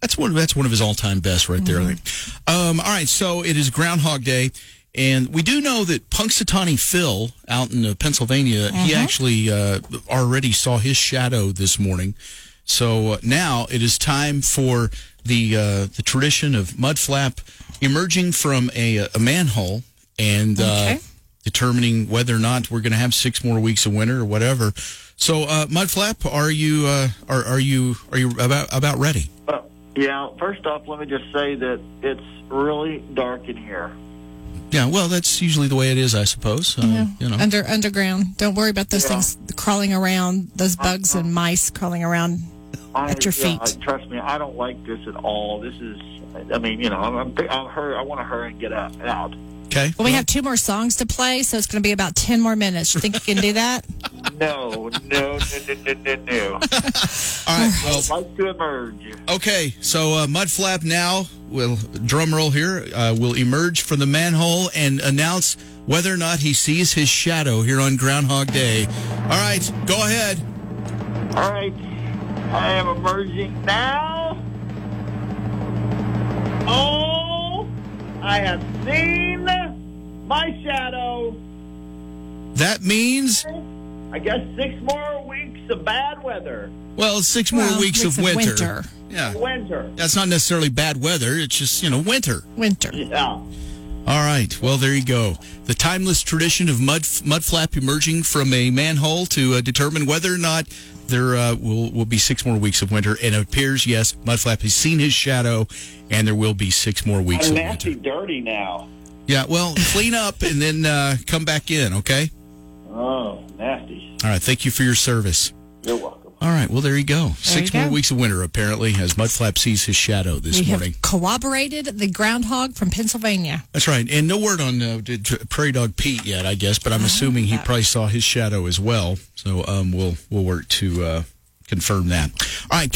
That's one. That's one of his all-time best, right there. I think. Um, all right, so it is Groundhog Day, and we do know that Punxsutawney Phil out in uh, Pennsylvania, he actually uh, already saw his shadow this morning. So uh, now it is time for the uh, the tradition of mudflap emerging from a, a manhole and uh, Okay. determining whether or not we're going to have six more weeks of winter or whatever. So, uh, mudflap, are you uh, are are you are you about about ready? Well, yeah, first off, let me just say that it's really dark in here. Yeah, well, that's usually the way it is, I suppose. Um, You know, Under underground. Don't worry about those things crawling around. Those bugs and mice crawling around. I, At your yeah, feet. trust me, I don't like this at all. This is, I mean, you know, I'm, I'm, I'm hurry, I want to hurry and get out. out. okay. Well, we have two more songs to play, so it's going to be about ten more minutes. You think you can do that? No, no, no, no, no, no, no. All right. Well, Like to emerge. okay. So, uh, Mudflap now will drum roll here. Uh, will emerge from the manhole and announce whether or not he sees his shadow here on Groundhog Day. All right, go ahead. All right, I am emerging now. Oh, I have seen my shadow. That means I guess six more weeks of bad weather. well, six more Well, weeks, of, winter. Yeah, Winter. that's not necessarily bad weather. It's just you know winter. winter. Yeah. All right. Well, there you go. The timeless tradition of mud mudflap emerging from a manhole to uh, determine whether or not there uh, will will be six more weeks of winter. And it appears, yes, mudflap has seen his shadow, and there will be six more weeks I'm of winter. nasty dirty now. Yeah. Well, clean up and then uh, come back in. Okay. Oh, nasty. All right. Thank you for your service. You're welcome. All right. Well, there you go. six you more go. weeks of winter apparently as mudflap sees his shadow this We morning. have corroborated the groundhog from Pennsylvania. That's right. And no word on uh, d- t- Prairie Dog Pete yet, I guess, but I'm assuming he probably saw his shadow as well. So um, we'll we'll work to uh, confirm that. All right.